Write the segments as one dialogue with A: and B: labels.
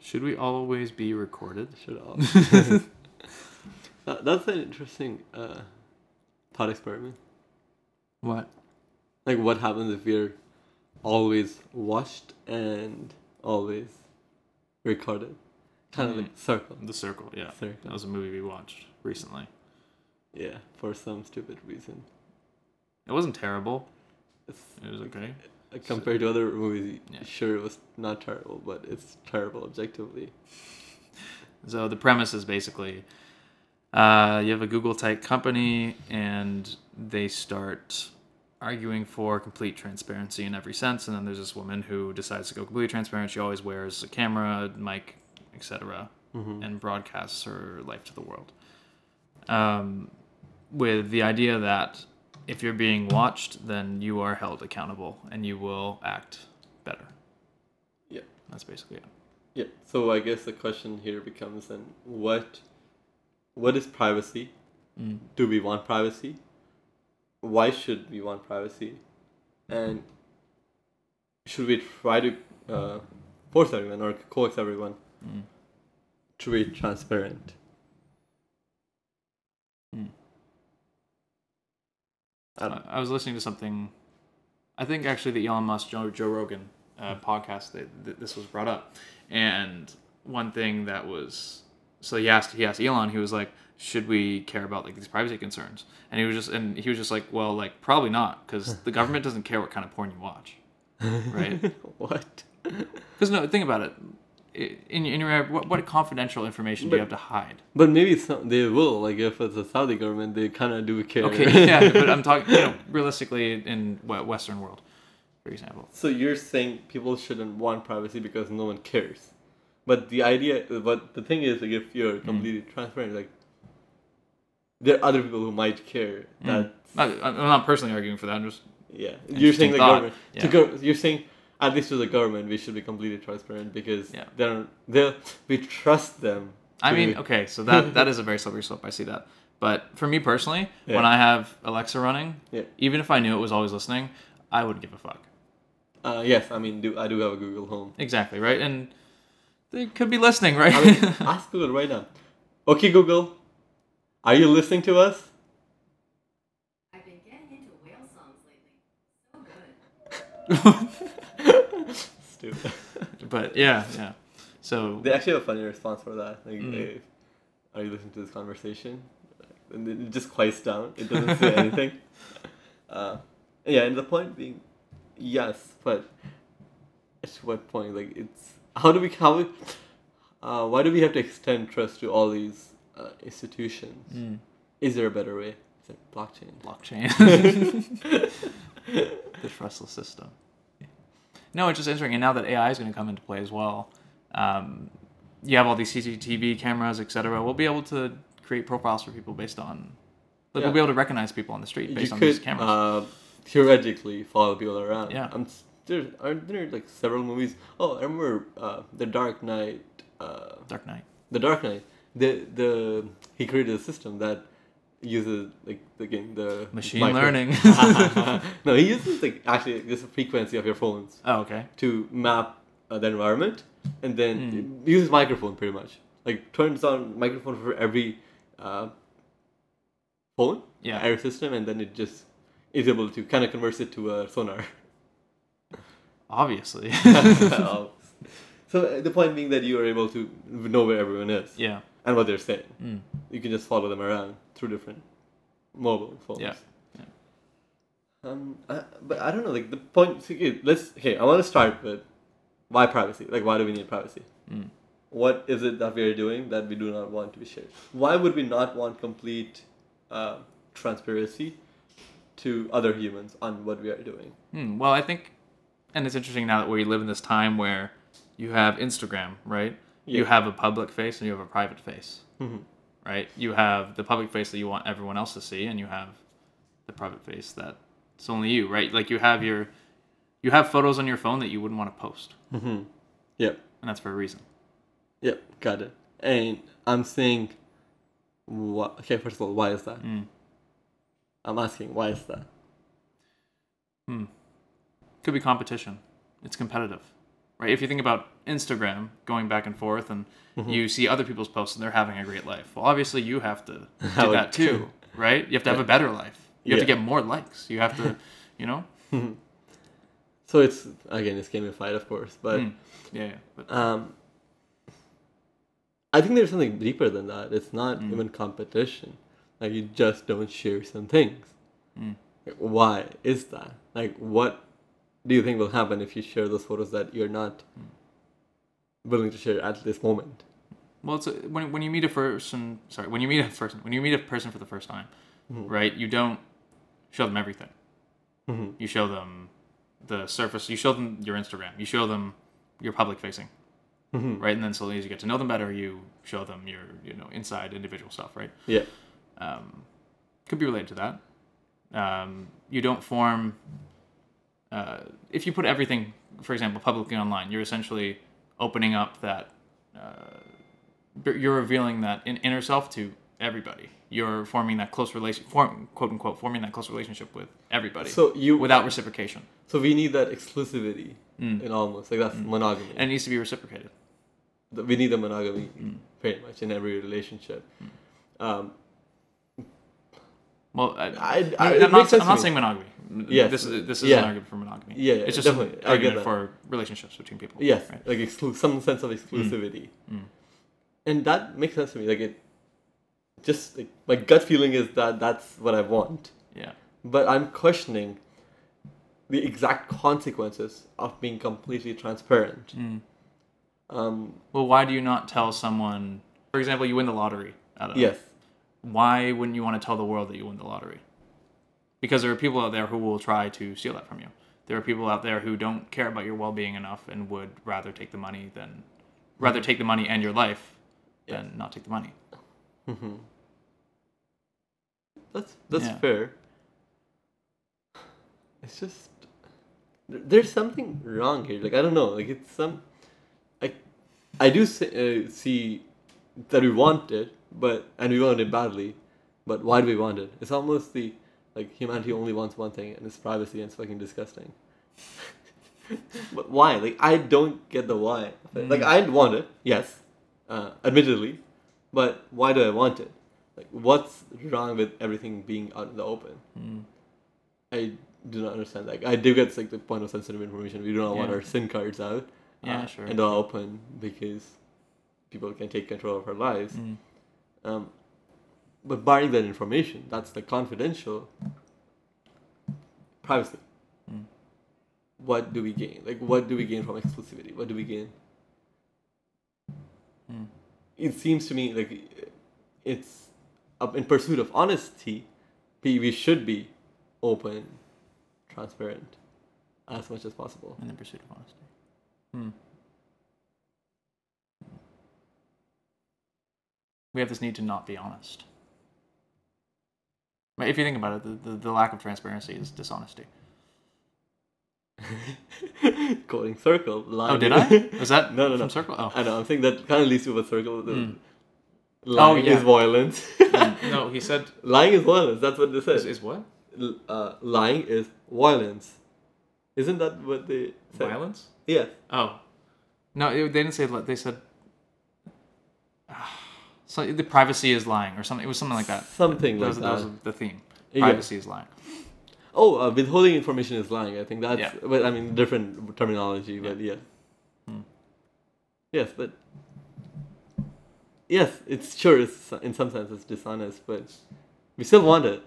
A: Should we always be recorded?
B: Shut up. that, that's an interesting uh, thought experiment.
A: What?
B: Like, what happens if you're always watched and always recorded? Kind of
A: Mm.
B: like circle.
A: The Circle. Yeah, that
B: Circle.
A: was a movie we watched recently.
B: Yeah, for some stupid reason.
A: It wasn't terrible.
B: It's,
A: It was okay.
B: uh, compared to other movies,
A: Yeah.
B: sure, it was not terrible, but it's terrible objectively.
A: So the premise is basically uh, you have a Google type company and they start arguing for complete transparency in every sense. And then there's this woman who decides to go completely transparent. She always wears a camera, mic, etc., and broadcasts her life to the world. Um, with the idea that if you're being watched, then you are held accountable and you will act better.
B: Yeah.
A: That's basically it.
B: Yeah. So I guess the question here becomes then what what is privacy?
A: Mm.
B: Do we want privacy? Why should we want privacy? And should we try to uh, force everyone or coax everyone
A: Mm.
B: to be transparent? I
A: I, I was listening to something. I think actually the Elon Musk Joe, Joe Rogan uh,
B: Hmm.
A: podcast that th- this was brought up, and one thing that was so he asked he asked Elon he was like should we care about like these privacy concerns and he was just and he was just like well like probably not because the government doesn't care what kind of porn you watch, right?
B: what?
A: Because no, think about it. I- In, in your what, what confidential information do you have to hide?
B: But maybe some, they will. Like if it's a Saudi government, they kind of do care.
A: Okay, yeah, but I'm talking you know realistically in what Western world, for example.
B: So you're saying people shouldn't want privacy because no one cares, but the idea, but the thing is, like, if
A: Mm.
B: you're completely transparent, like there are other people who might care.
A: Mm.
B: That
A: Not, I'm not personally arguing for that. I'm just
B: yeah, you're saying
A: Interesting
B: the
A: thought.
B: government. to
A: Yeah.
B: gov- you're saying at least to the government, we should be completely transparent because
A: Yeah.
B: they're they we trust them.
A: I
B: to-
A: mean, okay, so that that is a very slippery slope. I see that. But for me personally,
B: Yeah.
A: when I have Alexa running,
B: Yeah.
A: even if I knew it was always listening, I wouldn't give a fuck.
B: uh, yes, I mean, do I do have a Google Home?
A: Exactly, right? And they could be listening, right?
B: I mean, ask Google right now. Okay, Google, are you listening to us?
C: I've been getting into whale songs lately. So good.
B: Stupid.
A: but yeah, yeah. So
B: They actually have a funny response for that. Like,
A: Mm.
B: hey, are you listening to this conversation? And then it just quiets down. It doesn't say anything. Uh, yeah, and the point being, yes, but at what point? Like, it's how do we how we, uh, why do we have to extend trust to all these uh, institutions?
A: mm,
B: Is there a better way? Is it blockchain?
A: blockchain, the trustless system. No, it's just interesting. And now that AI is going to come into play as well, um, you have all these CCTV cameras, etc. We'll be able to create profiles for people based on. Like
B: Yeah.
A: we'll be able to recognize people on the street
B: you
A: based on these
B: could
A: cameras.
B: uh, theoretically follow people around.
A: Yeah.
B: I'm s- there aren't there like several movies. Oh, I remember uh, the Dark Knight. Uh,
A: Dark Knight.
B: the Dark Knight. The the he created a system that uses like the game the
A: Machine learning.
B: no, he uses like actually just the frequency of your phones
A: Oh, okay.
B: to map uh, the environment, and then it uses microphone pretty much. Like turns on microphone for every uh, phone,
A: Yeah.
B: every system, and then it just is able to kind of converse it to a sonar.
A: Obviously.
B: Um, so uh, the point being that you are able to know where everyone is
A: yeah.
B: and what they're saying.
A: Mm.
B: You can just follow them around through different mobile phones.
A: Yeah.
B: Um, I, but I don't know. Like the point. so, Okay, let's. Okay, I want to start with why privacy. Like, why do we need privacy?
A: Mm.
B: What is it that we are doing that we do not want to be shared? Why would we not want complete uh, transparency to other humans on what we are doing?
A: Hmm, well, I think, and it's interesting now that we live in this time where you have Instagram, right? You
B: Yeah.
A: have a public face and you have a private face,
B: Mhm.
A: right? You have the public face that you want everyone else to see, and you have the private face that it's only you, right? Like you have your, you have photos on your phone that you wouldn't want to post,
B: Mm-hmm. Yep.
A: and that's for a reason.
B: Yep. Got it. And I'm saying, wha Okay. First of all, why is that?
A: Mm.
B: I'm asking, why is that?
A: Could be competition. It's competitive, right? If you think about Instagram going back and forth, and
B: Mm-hmm.
A: you see other people's posts and they're having a great life. Well, obviously you have to
B: I
A: do
B: would-
A: that too, right? You have to have a better life. You have to
B: Yeah.
A: get more likes. You have to, you know.
B: So it's again it's gamified, of course, but
A: Mm. Yeah, yeah. But,
B: um, I think there's something deeper than that. It's not
A: Mm.
B: even competition. Like you just don't share some things.
A: Mm.
B: Like, why is that? Like what do you think will happen if you share those photos that you're not
A: Mm.
B: willing to share at this moment?
A: well, it's a, when when you meet a person. Sorry, when you meet a person, when you meet a person for the first time,
B: Mm-hmm.
A: right? You don't show them everything.
B: Mhm.
A: You show them the surface. You show them your Instagram. You show them your public facing,
B: Mhm.
A: right? And then slowly, as you get to know them better, you show them your you know inside individual stuff, right?
B: Yeah.
A: um, could be related to that. Um, you don't form. Uh, if you put everything, for example, publicly online, you're essentially opening up that. Uh, you're revealing that in, inner self to everybody. You're forming that close relation, form, quote unquote, forming that close relationship with everybody.
B: So you
A: without reciprocation,
B: so we need that exclusivity in almost like that's monogamy.
A: Mm. and Mm. it needs to be reciprocated.
B: that we need a monogamy pretty much in every relationship.
A: Mm.
B: Um,
A: Well, I,
B: I-
A: no,
B: I- it
A: I'm,
B: makes
A: not,
B: sense
A: I'm
B: to
A: not
B: me.
A: saying monogamy. M-
B: Yes,
A: this is this is
B: yeah.
A: an argument for monogamy.
B: Yeah, yeah,
A: it's just an
B: definitely. I get
A: argument
B: that.
A: for relationships between people.
B: yes,
A: right? Mm.
B: like exclu- some sense of exclusivity, and that makes sense to me. Like it, just like my gut feeling is that that's what I want,
A: Yeah.
B: but I'm questioning the exact consequences of being completely transparent.
A: Mm.
B: Um,
A: Well, why do you not tell someone? For example, you win the lottery. I don't know.
B: yes,
A: Why wouldn't you want to tell the world that you win the lottery? Because there are people out there who will try to steal that from you. There are people out there who don't care about your well-being enough and would rather take the money than rather take the money and your life than not take the money.
B: Mm-hmm. that's that's
A: Yeah.
B: fair. It's just there- there's something wrong here. Like I don't know. Like it's some. I I do see, uh, see that we want it, but and we want it badly, but why do we want it? It's almost the like humanity only wants one thing, and it's privacy, and it's fucking disgusting. but why? Like I don't get the why.
A: Mm.
B: Like I want it, yes, uh, admittedly, but why do I want it? Like what's wrong with everything being out in the open?
A: Mm,
B: I do not understand that. I do get like the point of sensitive information. We do not want
A: Yeah.
B: our SIM cards out. uh,
A: Yeah, sure.
B: And all open because people can take control of our lives.
A: mm,
B: Um, but barring that information, that's the confidential privacy.
A: mm,
B: What do we gain? Like, what do we gain from exclusivity? What do we gain?
A: mm.
B: It seems to me like it's up in pursuit of honesty. We we should be open, transparent, as much as possible.
A: In the pursuit of honesty. Hmm. We have this need to not be honest. But if you think about it, the, the, the lack of transparency is dishonesty.
B: Quoting circle. Lying
A: Oh, did I? Was that
B: no, no,
A: from
B: no.
A: Circle?
B: I
A: Oh,
B: know. I'm saying that kind of leads to a circle. The
A: Hmm. Oh,
B: Lying
A: yeah.
B: is violence.
A: no. He said,
B: lying is violence. That's what they said.
A: "Is, is what
B: L- uh, lying is violence. Isn't that what they said?
A: violence?"
B: Yeah.
A: Oh, no. It, they didn't say. li- They said. So the privacy is lying, or something. It was something like that.
B: Something
A: That was,
B: like
A: that
B: that.
A: was the theme.
B: Yeah.
A: Privacy is lying.
B: Oh, uh, withholding information is lying. I think that's.
A: Yeah.
B: Well, I mean, different terminology, but yeah.
A: Hmm.
B: Yes, but. Yes, it's sure. It's in some sense it's dishonest, but we still want it.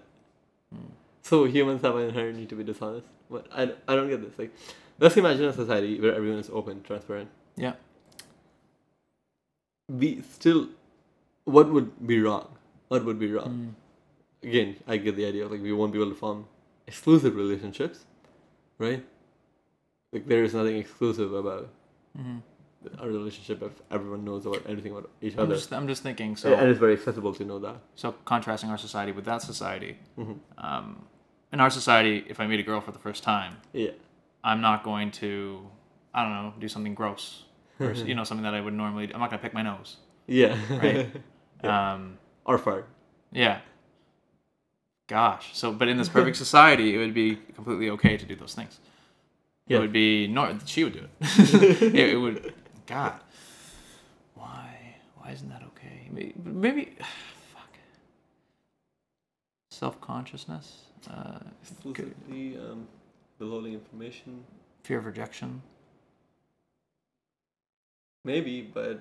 A: Hmm.
B: So humans have an inherent need to be dishonest. But I, I don't get this. Like, let's imagine a society where everyone is open, transparent.
A: Yeah.
B: We still, what would be wrong? What would be wrong?
A: Hmm.
B: again, I get the idea of like we won't be able to form exclusive relationships, right? Like there is nothing exclusive about
A: Mm-hmm.
B: our relationship if everyone knows about everything about each
A: I'm
B: other,
A: just, I'm just thinking. So,
B: and it's very accessible to know that.
A: so contrasting our society with that society.
B: Mm-hmm.
A: Um, in our society, if I meet a girl for the first time,
B: Yeah,
A: I'm not going to, I don't know, do something gross or s- you know something that I would normally. do. I'm not going to pick my nose.
B: yeah,
A: Right. Um,
B: or fart.
A: yeah. Gosh. So, but in this perfect society, it would be completely okay to do those things.
B: Yeah.
A: It would be nor she would do it. it, it would God, why? Why isn't that okay? Maybe, maybe fuck. Self consciousness, uh,
B: Explicitly, um, the loading information.
A: fear of rejection.
B: Maybe, but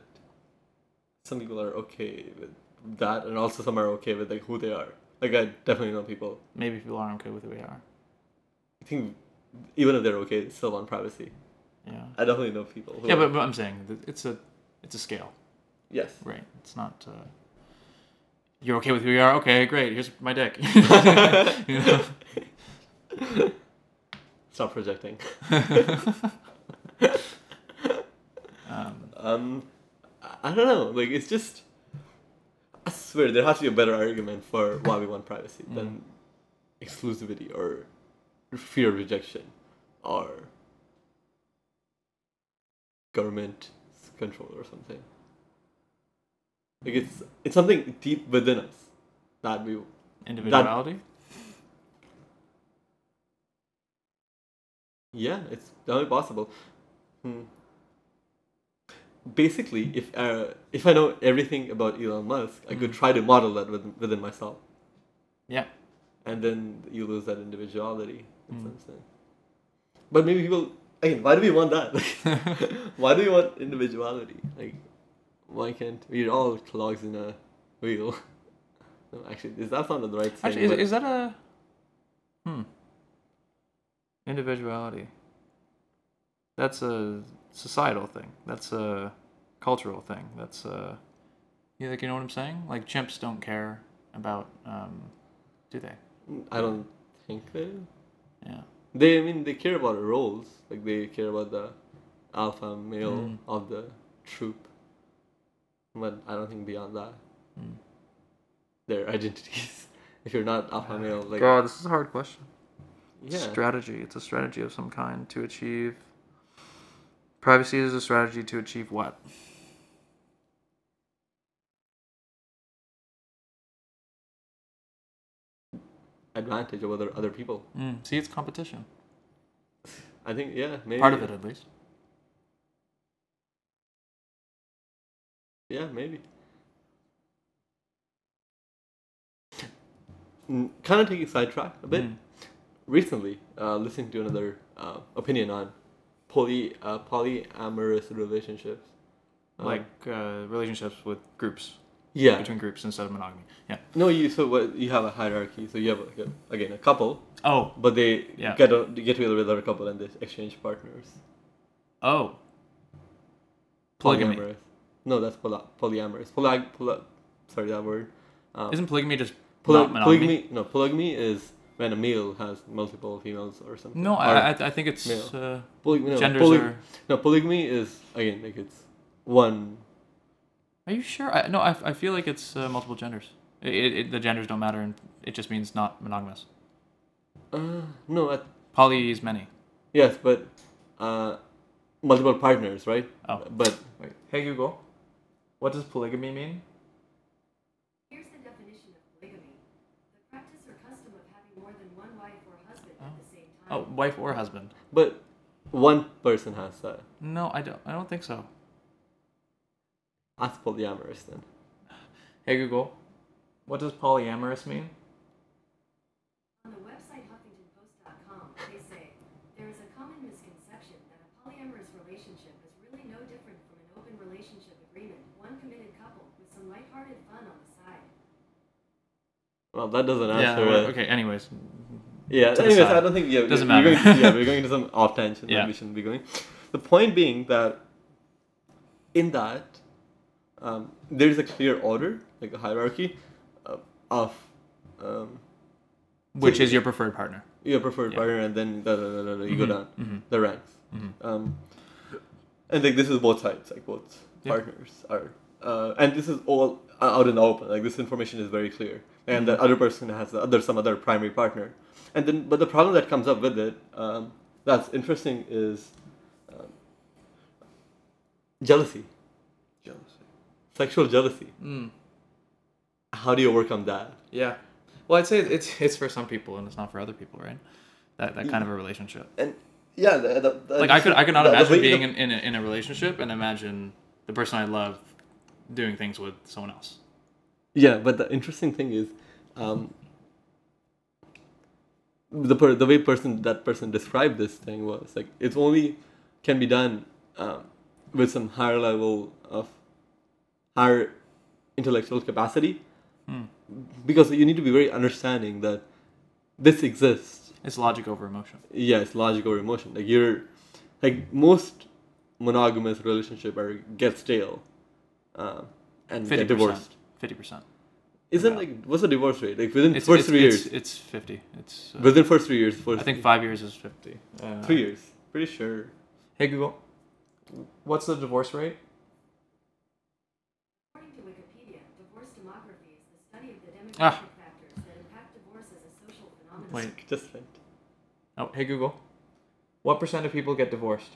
B: some people are okay with that, and also some are okay with like who they are. Like I definitely know people.
A: Maybe people aren't okay with who we are.
B: I think even if they're okay, they still want privacy.
A: Yeah.
B: I definitely know people. Who
A: Yeah,
B: are-
A: but, but I'm saying that it's a it's a scale,
B: yes,
A: right? It's not. Uh, you're okay with who you are. Okay, great. Here's my dick. You know?
B: stop projecting.
A: um,
B: Um, I- I don't know. Like it's just. I swear there has to be a better argument for why we want privacy than exclusivity or fear of rejection or government control or something. Like it's it's something deep within us that we
A: individuality.
B: Yeah, it's definitely possible. Hmm. Basically, if uh, if I know everything about Elon Musk, I could try to model that within, within myself,
A: Hmm. Yeah.
B: and then you lose that individuality in
A: Hmm.
B: some sense. But maybe people again, why do we want that? why do we want individuality? Like, why can't we're all cogs in a wheel? No, actually, is that not the right thing?
A: Actually, is,
B: but
A: is that a hmm individuality? That's a societal thing. That's a cultural thing. That's a you like you know what I'm saying? Like chimps don't care about um, do they?
B: I don't think that.
A: Yeah.
B: They, I mean, they care about roles. Like they care about the alpha male
A: Mm.
B: of the troop. But I don't think beyond that,
A: Mm.
B: their identities. If you're not alpha male, like
A: God, this is a hard question.
B: yeah,
A: Strategy. It's a strategy of some kind to achieve. Privacy is a strategy to achieve what?
B: advantage over the other people.
A: Mm. See, it's competition.
B: I think yeah, maybe
A: Part of it, at least.
B: Yeah, maybe. Kind of taking sidetrack a bit.
A: Mm.
B: recently uh, listening to another uh, opinion on poly uh, polyamorous relationships. Um,
A: Like uh, relationships with groups,
B: yeah,
A: between groups instead of monogamy. Yeah.
B: no, you so what you have a hierarchy, so you have like a, again a couple,
A: Oh,
B: but they
A: Yeah.
B: get a, they get together with other couple and they exchange partners.
A: Oh. Polygamy.
B: Polyamorous. No, that's poly- polyamorous. Poly, poly sorry that word. Um,
A: Isn't polygamy just
B: poly-
A: not monogamy?
B: polygamy? No, polygamy is when a male has multiple females or something.
A: No,
B: or
A: I, I, I think it's
B: male.
A: uh,
B: poly- no,
A: genders
B: poly-
A: are.
B: No, polygamy is again like it's one
A: Are you sure? I, no, I, I feel like it's uh, multiple genders. It, it, it- the genders don't matter, and it just means not monogamous.
B: Uh, no, I,
A: Poly is many.
B: yes, but uh, multiple partners, right?
A: Oh.
B: But
A: Hey Google, what does polygamy mean?
C: Here's the definition of polygamy. The practice or custom of having more than one wife or husband at the same time.
A: Oh, wife or husband?
B: but one person has that.
A: No, I don't. I don't think so.
B: That's polyamorous then.
A: Hey Google, what does polyamorous mean?
C: On the website HuffingtonPost.com, they say there is a common misconception that a polyamorous relationship is really no different from an open relationship agreement, one committed couple with some lighthearted fun on the side.
B: Well, that doesn't
A: yeah.
B: answer
A: well,
B: it.
A: Okay. Anyways, To
B: Yeah.
A: the
B: Anyways,
A: side.
B: I don't think yeah.
A: Doesn't
B: we're
A: matter.
B: Going, yeah, we're going into some off tangent. that
A: Yeah.
B: We shouldn't be going. The point being that in that um, there is a clear order, like a hierarchy, uh, of um,
A: which is your preferred partner?
B: your preferred
A: Yeah. Mm-hmm.
B: partner, and then da, da, da, da, da, you go down the ranks.
A: Mhm.
B: Um, and like this is both sides, like both
A: Yeah.
B: partners are, uh, and this is all out in the open. Like this information is very clear, and
A: Mm-hmm.
B: the other person has the other some other primary partner, and then but the problem that comes up with it um, that's interesting is um, jealousy,
A: Jealousy.
B: sexual jealousy.
A: Mm.
B: How do you overcome that?
A: Yeah. Well, I'd say it's it's for some people and it's not for other people, right? That that kind of a relationship.
B: and yeah, the, the, the-
A: like I could I could not
B: the- the
A: imagine
B: way-
A: being
B: the-
A: in, in, a, in a relationship and imagine the person I love doing things with someone else.
B: Yeah, but the interesting thing is, um, the per- the way person that person described this thing was like it's only can be done um, with some higher level of higher intellectual capacity,
A: Hmm.
B: because you need to be very understanding that this exists.
A: It's logic over emotion.
B: Yeah, it's logic or emotion. Like you're, like most monogamous relationship are get stale, um, and
A: Fifty
B: get divorced.
A: percent. Fifty percent.
B: Isn't
A: Yeah.
B: like what's the divorce rate? Like within
A: It's
B: first
A: it's,
B: three
A: it's,
B: years.
A: It's fifty. It's uh,
B: within first three years. First
A: I think five years is fifty. Uh,
B: three years. Pretty sure.
A: Hey Google, what's the divorce rate?
C: According to Wikipedia, divorce demography is the study of the
A: Ah.
C: demographic factors that impact divorce as a social phenomenon.
A: Wait.
B: Just went.
A: Oh, hey Google, what percent of people get divorced?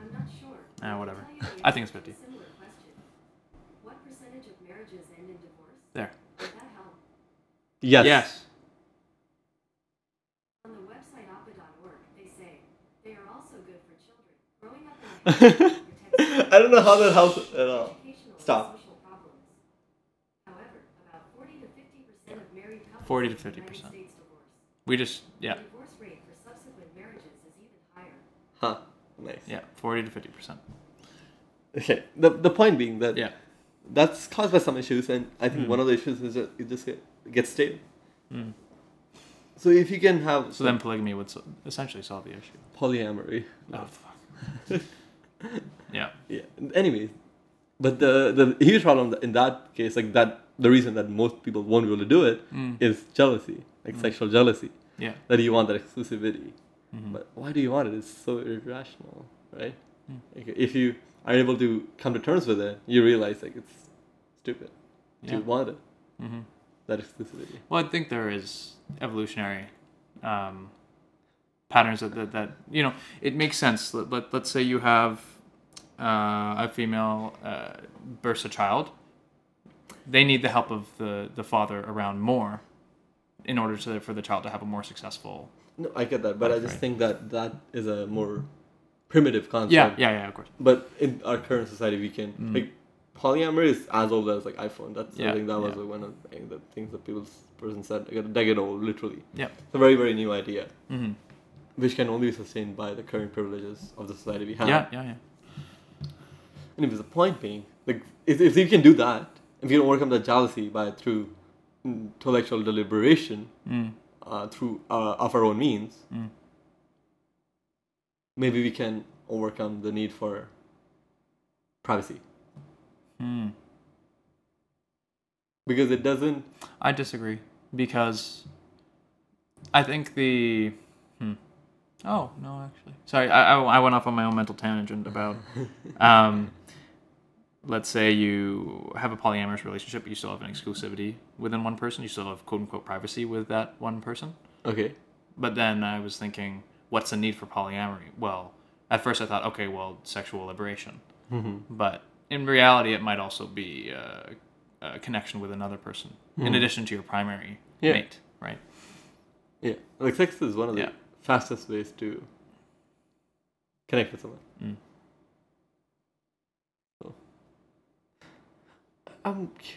C: I'm not sure.
A: Ah, whatever.
C: I'll tell you the
A: I think it's
C: answer to
A: 50.
C: a Similar question. What percentage of marriages end in divorce?
A: There.
C: Would that help?
B: Yes.
C: On the website oppa.org, they say they are also good for children. Growing up in a household that protects children
B: I don't know how that helps at all.
C: educational
B: Stop.
C: and social problems. However, about 40 to 50% of married couples
A: 40 to
C: in the United
A: 50%.
C: States divorce.
A: We just yeah
C: The divorce rate for subsequent marriages is even higher.
B: Huh. Nice.
A: yeah forty to fifty percent.
B: Okay. The the point being that
A: Yeah. Hmm.
B: that's caused by some issues, and I think one of the issues is that it just get, gets stale. So if you can have
A: So then polygamy would so- essentially solve the issue.
B: polyamory.
A: Oh fuck. yeah.
B: Yeah. Anyway, but the the huge problem in that case, like that, the reason that most people won't be able to do it is
A: Mm.
B: jealousy, like
A: Hmm.
B: sexual jealousy.
A: Yeah. Mm-hmm.
B: That you want that exclusivity, but why do you want it? It's so irrational, right?
A: Hmm.
B: Like, if you are able to come to terms with it, you realize like it's stupid
A: Yeah.
B: to want it
A: Mm-hmm.
B: that exclusivity.
A: Well, I think there is evolutionary um, patterns that, that that you know it makes sense. Let, let let's say you have uh, a female uh, births a child. They need the help of the the father around more, in order to for the child to have a more successful.
B: No, I get that, but I just
A: Right.
B: think that that is a more primitive concept.
A: Yeah, yeah, yeah. Of course.
B: But in our current society, we can like polyamory is as old as like iPhone. That's
A: Yeah,
B: I think that was
A: yeah.
B: like, one of the, thing- the things that people person said like, a decade old, literally.
A: Yeah.
B: It's a very very new idea,
A: Mm-hmm.
B: which can only be sustained by the current privileges of the society we have.
A: Yeah, yeah, yeah.
B: And if the point being, like if, if you can do that, if you can overcome that jealousy by through intellectual deliberation,
A: Mm.
B: uh, through uh, of our own means,
A: Mm.
B: maybe we can overcome the need for privacy
A: Mm.
B: because it doesn't.
A: I disagree because I think the. Hmm. Oh no, actually, sorry. I, I I went off on my own mental tangent about. Um, let's say you have a polyamorous relationship, but you still have an exclusivity within one person. You still have quote unquote privacy with that one person.
B: Okay.
A: But then I was thinking, what's the need for polyamory? Well, at first I thought, okay, well, sexual liberation. But in reality, it might also be uh, a connection with another person in addition to your primary
B: Yeah.
A: mate, right?
B: Yeah, like sex is one of the
A: Yeah.
B: fastest ways to connect with someone.
A: Mm.
B: So. I'm, c-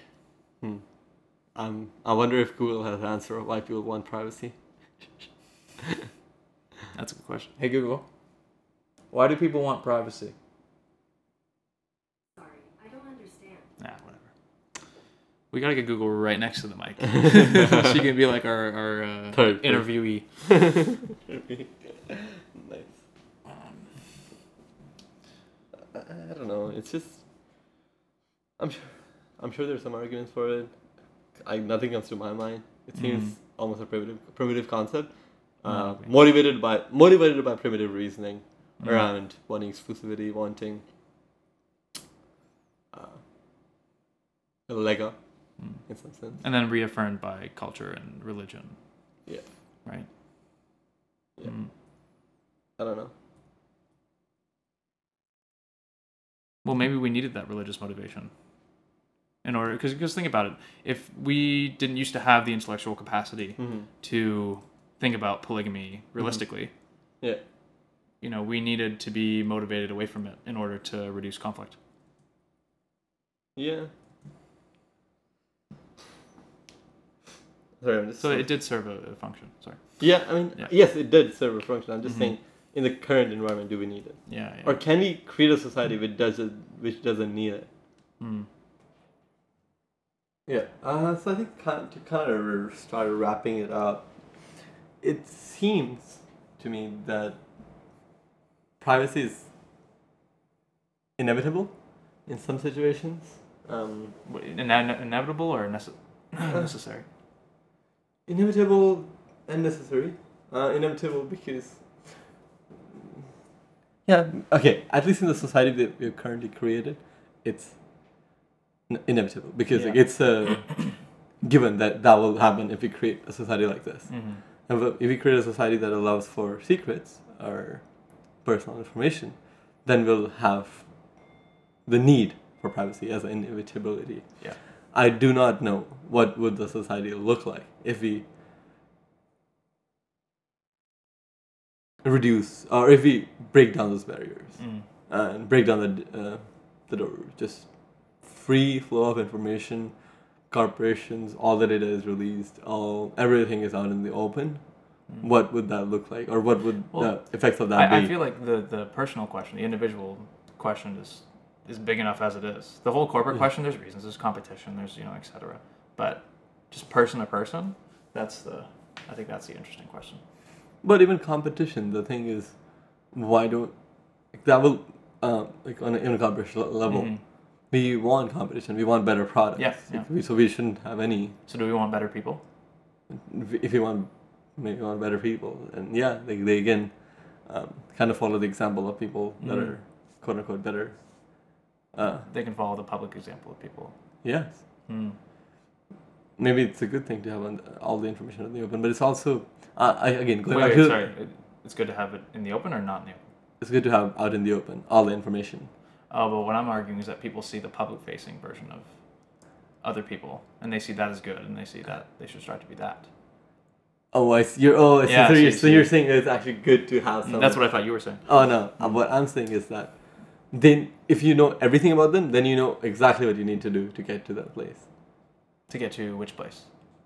B: hmm. I'm, I wonder if Google has an answer of why people want privacy.
A: That's a good question. Hey, Google, why do people want privacy?
C: Sorry, I don't understand.
A: Nah, whatever. We gotta get Google right next to the mic. she can be like our, our uh,
B: Third, third.
A: interviewee.
B: nice. I, I don't know. It's just I'm sure I'm sure there's some arguments for it. I nothing comes to my mind. It seems
A: Mhm.
B: almost a primitive primitive concept. Uh,
A: Mm, okay.
B: motivated by motivated by primitive reasoning
A: Mhm.
B: around wanting exclusivity, wanting uh, a leg up
A: Mm.
B: in some sense.
A: And then reaffirmed by culture and religion.
B: Yeah.
A: Right?
B: Yeah.
A: Mm.
B: I don't know.
A: Well, maybe we needed that religious motivation in order, because think about it. If we didn't used to have the intellectual capacity
B: hmm
A: to think about polygamy realistically.
B: Yeah.
A: You know, we needed to be motivated away from it in order to reduce conflict.
B: Yeah. Sorry, I'm just.
A: So it did serve a, a function. Sorry.
B: yeah, I mean,
A: Yeah.
B: yes, it did serve a function. I'm just
A: Mhm.
B: saying, in the current environment, do we need it,
A: Yeah. yeah.
B: or can we create a society which doesn't which doesn't need it?
A: Mm.
B: Yeah. Uh, so I think kind to kind of start wrapping it up, it seems to me that privacy is inevitable in some situations. Um,
A: Wait, ine- inevitable or nece- necessary?
B: inevitable and necessary. Uh, inevitable because. Yeah. Okay. At least in the society that we're currently created, it's n- inevitable because like,
A: Yeah.
B: it's a given that that will happen if we create a society like this.
A: hmm
B: And if we create a society that allows for secrets or personal information, then we'll have the need for privacy as an inevitability.
A: Yeah.
B: I do not know what would the society look like if we reduce or if we break down those barriers
A: Mm.
B: uh, and break down the uh, the door. Just free flow of information. Corporations, all the data is released. All everything is out in the open.
A: Mm.
B: What would that look like, or what would
A: Well,
B: the effects of that
A: I, I
B: be?
A: feel like the, the personal question, the individual question is is big enough as it is. The whole corporate
B: Yeah.
A: question, there's reasons, there's competition, there's you know, et cetera. But just person to person, that's the I think that's the interesting question.
B: but even competition, the thing is, why don't like, that will um, like on a, on a corporation le- level?
A: Mhm.
B: We want competition. We want better products.
A: Yeah, yeah.
B: Like, we- so we shouldn't have any.
A: So do we want better people?
B: if- If you want, maybe you want better people, and yeah, like they again, um, kind of follow the example of people that
A: Mhm.
B: are quote unquote better. Uh,
A: They can follow the public example of people.
B: yes,
A: Hmm.
B: maybe it's a good thing to have on all the information in the open, but it's also uh, I again
A: Wait,
B: going back
A: wait,
B: to-
A: sorry. It- It's good to have it in the open or not in the open?
B: it's good to have out in the open all the information.
A: Oh, but what I'm arguing is that people see the public facing version of other people and they see that as good and they see that they should strive to be that.
B: Oh, I see. You're oh, I see.
A: Yeah,
B: so,
A: I
B: you're,
A: see, I
B: so
A: see. Mm,
B: you're saying that it's actually good to have some.
A: That's what I thought you were saying.
B: Oh no! Uh, What I'm saying is that then if you know everything about them, then you know exactly what you need to do to get to that place,
A: To get to which place?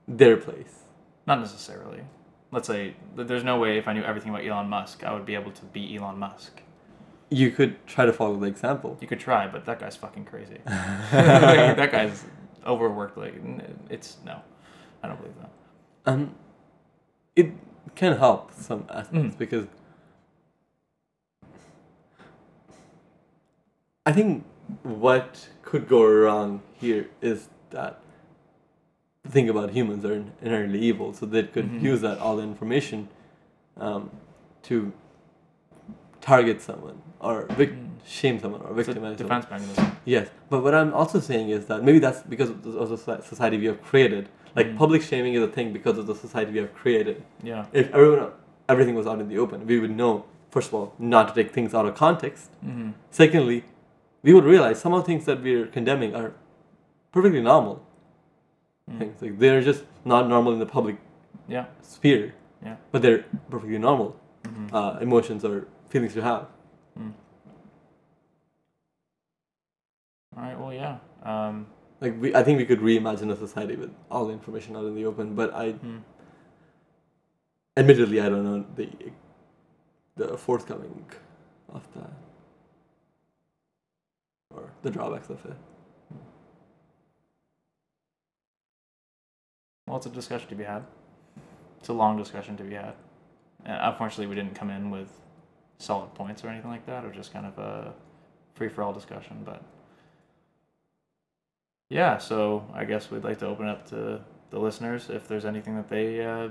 B: their place.
A: Not necessarily. Let's say th- there's no way if I knew everything about Elon Musk, I would be able to be Elon Musk.
B: You could try to follow the example.
A: You could try, but that guy's fucking crazy. Like, that guy's overworked. Like n- it's no, I don't believe that.
B: Um, it can help some aspects
A: Mm.
B: because I think what could go wrong here is that the thing about humans are inherently evil, so they could
A: Mhm.
B: use that all the information um, to target someone or vic-
A: Mm.
B: shame someone or
A: It's a
B: victimize someone.
A: defense mechanism.
B: Yes, but what I'm also saying is that maybe that's because of the of the soci- society we have created. Like
A: Mm.
B: public shaming is a thing because of the society we have created.
A: Yeah.
B: If everyone, everything was out in the open, we would know first of all not to take things out of context.
A: Mm-hmm.
B: Secondly, we would realize some of the things that we're condemning are perfectly normal
A: Mm.
B: things. Like they're just not normal in the public
A: Mm-hmm. Yeah.
B: sphere,
A: Yeah.
B: but they're perfectly normal
A: hmm
B: uh, emotions or feelings to have.
A: Mm-hmm. All right. Well, yeah. Um,
B: Like we, I think we could reimagine a society with all the information out in the open. But I
A: hmm.
B: admittedly i don't know the the forthcoming of that or the drawbacks of it
A: Well, it's a discussion to be had. It's a long discussion to be had. And unfortunately, we didn't come in with solid points or anything like that, or just kind of a free for all discussion. But yeah, so I guess we'd like to open up to the listeners if there's anything that they uh,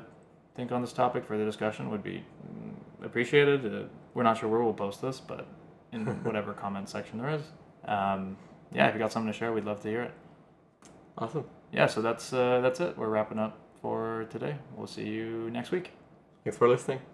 A: think on this topic for the discussion would be mm, appreciated. Uh, we're not sure where we'll post this, but in whatever comment section there is. Um, yeah, if you got something to share, we'd love to hear it
B: awesome
A: yeah, so that's uh, that's it. We're wrapping up for today. We'll see you next week.
B: thanks for listening